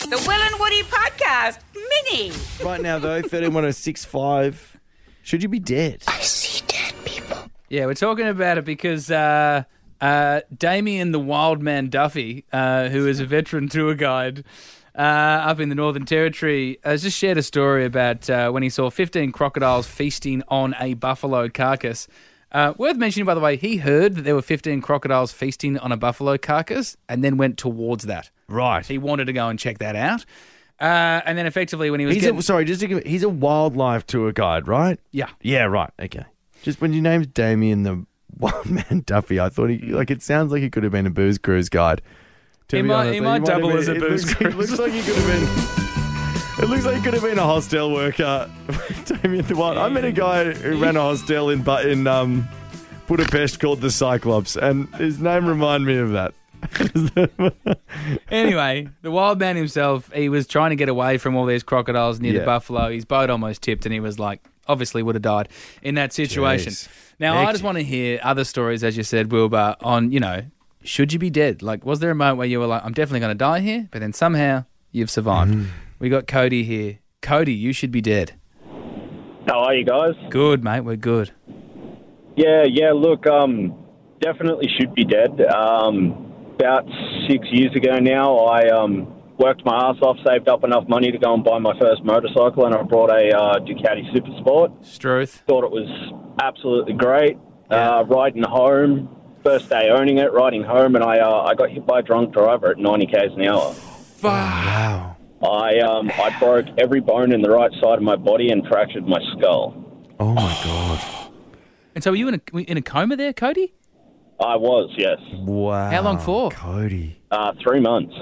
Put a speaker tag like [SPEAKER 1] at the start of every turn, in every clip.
[SPEAKER 1] The Will and Woody Podcast Mini.
[SPEAKER 2] Right now, though, 131065. Should you be dead?
[SPEAKER 3] Yeah, we're talking about it because uh, uh, Damien the Wildman Duffy, uh, who is a veteran tour guide uh, up in the Northern Territory, has just shared a story about uh, when he saw 15 crocodiles feasting on a buffalo carcass. Uh, worth mentioning, by the way, he heard that there were 15 crocodiles feasting on a buffalo carcass and then went towards that.
[SPEAKER 2] Right.
[SPEAKER 3] He wanted to go and check that out. Uh, and then effectively, when he was
[SPEAKER 2] He's
[SPEAKER 3] getting-
[SPEAKER 2] a, sorry, just to give, he's a wildlife tour guide, right?
[SPEAKER 3] Yeah.
[SPEAKER 2] Yeah, right. Okay. Just when your name's Damien the Wild Man Duffy, I thought he like it sounds like he could have been a booze cruise guide. To
[SPEAKER 3] He
[SPEAKER 2] be
[SPEAKER 3] might-
[SPEAKER 2] honest,
[SPEAKER 3] he
[SPEAKER 2] like,
[SPEAKER 3] might
[SPEAKER 2] have
[SPEAKER 3] double
[SPEAKER 2] been-
[SPEAKER 3] as a
[SPEAKER 2] it
[SPEAKER 3] booze
[SPEAKER 2] looks, It
[SPEAKER 3] cruise.
[SPEAKER 2] looks like he could have been. It looks like he could have been a hostel worker, Damien the Wild. I met a guy who ran a hostel in Bu- in um, Budapest called the Cyclops, and his name reminded me of that.
[SPEAKER 3] anyway, the wild man himself, he was trying to get away from all these crocodiles near
[SPEAKER 2] Yeah.
[SPEAKER 3] the buffalo. His boat almost tipped, and he was like, obviously would have died in that situation.
[SPEAKER 2] Jeez.
[SPEAKER 3] Now, I
[SPEAKER 2] Hectic.
[SPEAKER 3] just want to hear other stories, as you said, Wilbur, on, you know, should you be dead? Like, was there a moment where you were like, I'm definitely going to die here, but then somehow you've survived? We got Cody here. Cody, you should be dead.
[SPEAKER 4] How are you guys?
[SPEAKER 3] Good, mate. We're good.
[SPEAKER 4] Yeah, yeah. Look, um, definitely should be dead. Um, about six years ago now, I um, worked my ass off, saved up enough money to go and buy my first motorcycle, and I brought a uh, Ducati Supersport.
[SPEAKER 3] Struth.
[SPEAKER 4] Thought it was absolutely great. Uh, riding home, first day owning it, riding home, and I uh, I got hit by a drunk driver at 90 k's an hour.
[SPEAKER 2] Wow.
[SPEAKER 4] I um, I broke every bone in the right side of my body and fractured my skull.
[SPEAKER 2] Oh my god.
[SPEAKER 3] And so were you in a, were you in a coma there, Cody?
[SPEAKER 4] I was, yes,
[SPEAKER 2] Wow.
[SPEAKER 3] How long for?
[SPEAKER 2] Cody.
[SPEAKER 4] uh, three months.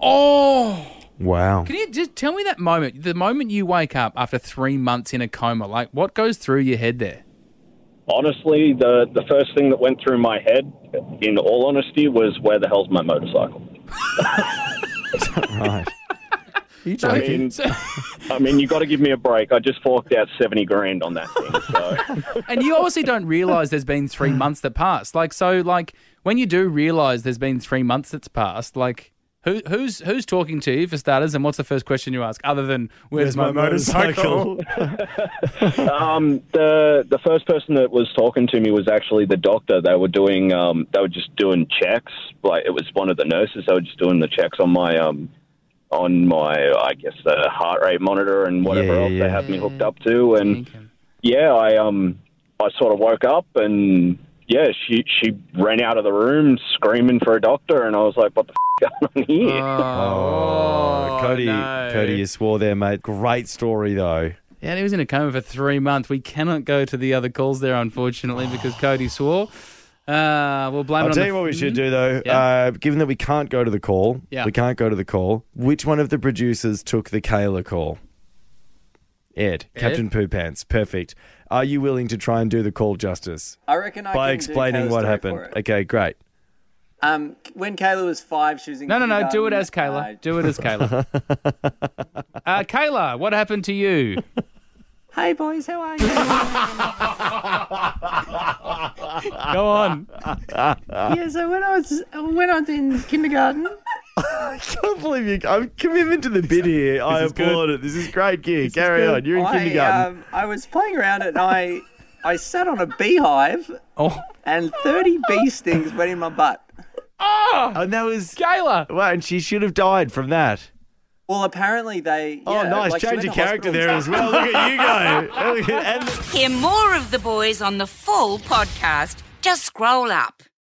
[SPEAKER 3] Oh.
[SPEAKER 2] Wow.
[SPEAKER 3] Can you just tell me that moment? The moment you wake up after three months in a coma, like what goes through your head there?
[SPEAKER 4] Honestly, the, the first thing that went through my head, in all honesty, was where the hell's my motorcycle?
[SPEAKER 2] Right. you
[SPEAKER 4] I
[SPEAKER 2] joking?
[SPEAKER 4] mean,
[SPEAKER 3] So-
[SPEAKER 4] I mean, you got to give me a break. I just forked out seventy grand on that thing. So.
[SPEAKER 3] and you obviously don't realize there's been three months that passed. Like so, like when you do realize there's been three months that's passed, like who who's who's talking to you for starters? And what's the first question you ask other than where's, my, motorcycle?
[SPEAKER 4] um, the the first person that was talking to me was actually the doctor. They were doing um, they were just doing checks. Like it was one of the nurses. They were just doing the checks on my um, on my I guess the heart rate monitor and whatever
[SPEAKER 2] Yeah,
[SPEAKER 4] else
[SPEAKER 2] yeah. Mm-hmm.
[SPEAKER 4] they had me hooked up to. And yeah, I um I sort of woke up and yeah, she she ran out of the room screaming for a doctor, and I was like, what the f- going on here?
[SPEAKER 2] Oh, Cody,
[SPEAKER 3] no.
[SPEAKER 2] Cody, you swore there, mate. Great story though.
[SPEAKER 3] Yeah, he was in a coma for three months. We cannot go to the other calls there, unfortunately, because Cody swore. Uh, we'll blame
[SPEAKER 2] I'll
[SPEAKER 3] it on
[SPEAKER 2] tell
[SPEAKER 3] the-
[SPEAKER 2] you what we should do though.
[SPEAKER 3] Yeah.
[SPEAKER 2] Uh, given that we can't go to the call,
[SPEAKER 3] Yeah.
[SPEAKER 2] we can't go to the call. Which one of the producers took the Kayla call? Ed, Captain Poo Pants. Perfect. Are you willing to try and do the call justice
[SPEAKER 5] I reckon I
[SPEAKER 2] by
[SPEAKER 5] can
[SPEAKER 2] explaining
[SPEAKER 5] do Kayla's
[SPEAKER 2] what
[SPEAKER 5] story
[SPEAKER 2] happened?
[SPEAKER 5] for it.
[SPEAKER 2] Okay, great.
[SPEAKER 5] Um, when Kayla was five, she was in.
[SPEAKER 3] No, no, no. Do it
[SPEAKER 5] kindergarten.
[SPEAKER 3] as Kayla.
[SPEAKER 5] Uh,
[SPEAKER 3] Do it as Kayla. uh, Kayla, what happened to you?
[SPEAKER 5] hey boys, how are you?
[SPEAKER 3] Go on.
[SPEAKER 5] yeah, so when I was when I was in kindergarten,
[SPEAKER 2] I can't believe you. I'm commitment to the bid here. I
[SPEAKER 3] is good.
[SPEAKER 2] applaud it. This is great gear. Carry on. You're in
[SPEAKER 5] I
[SPEAKER 2] kindergarten.
[SPEAKER 5] um, I was playing around and I I sat on a beehive
[SPEAKER 3] Oh,
[SPEAKER 5] and thirty bee stings went in my butt. um,
[SPEAKER 2] and that was.
[SPEAKER 3] Kayla.
[SPEAKER 2] Wow, and she should have died from that.
[SPEAKER 5] Well, apparently they.
[SPEAKER 2] Oh,
[SPEAKER 5] yeah,
[SPEAKER 2] nice.
[SPEAKER 5] like, she
[SPEAKER 2] Change
[SPEAKER 5] went
[SPEAKER 2] of
[SPEAKER 5] to
[SPEAKER 2] character
[SPEAKER 5] hospital
[SPEAKER 2] there
[SPEAKER 5] and
[SPEAKER 2] as
[SPEAKER 5] stuff.
[SPEAKER 2] well. Look at you go. and
[SPEAKER 1] Hear more of the boys on the full podcast. Just scroll up.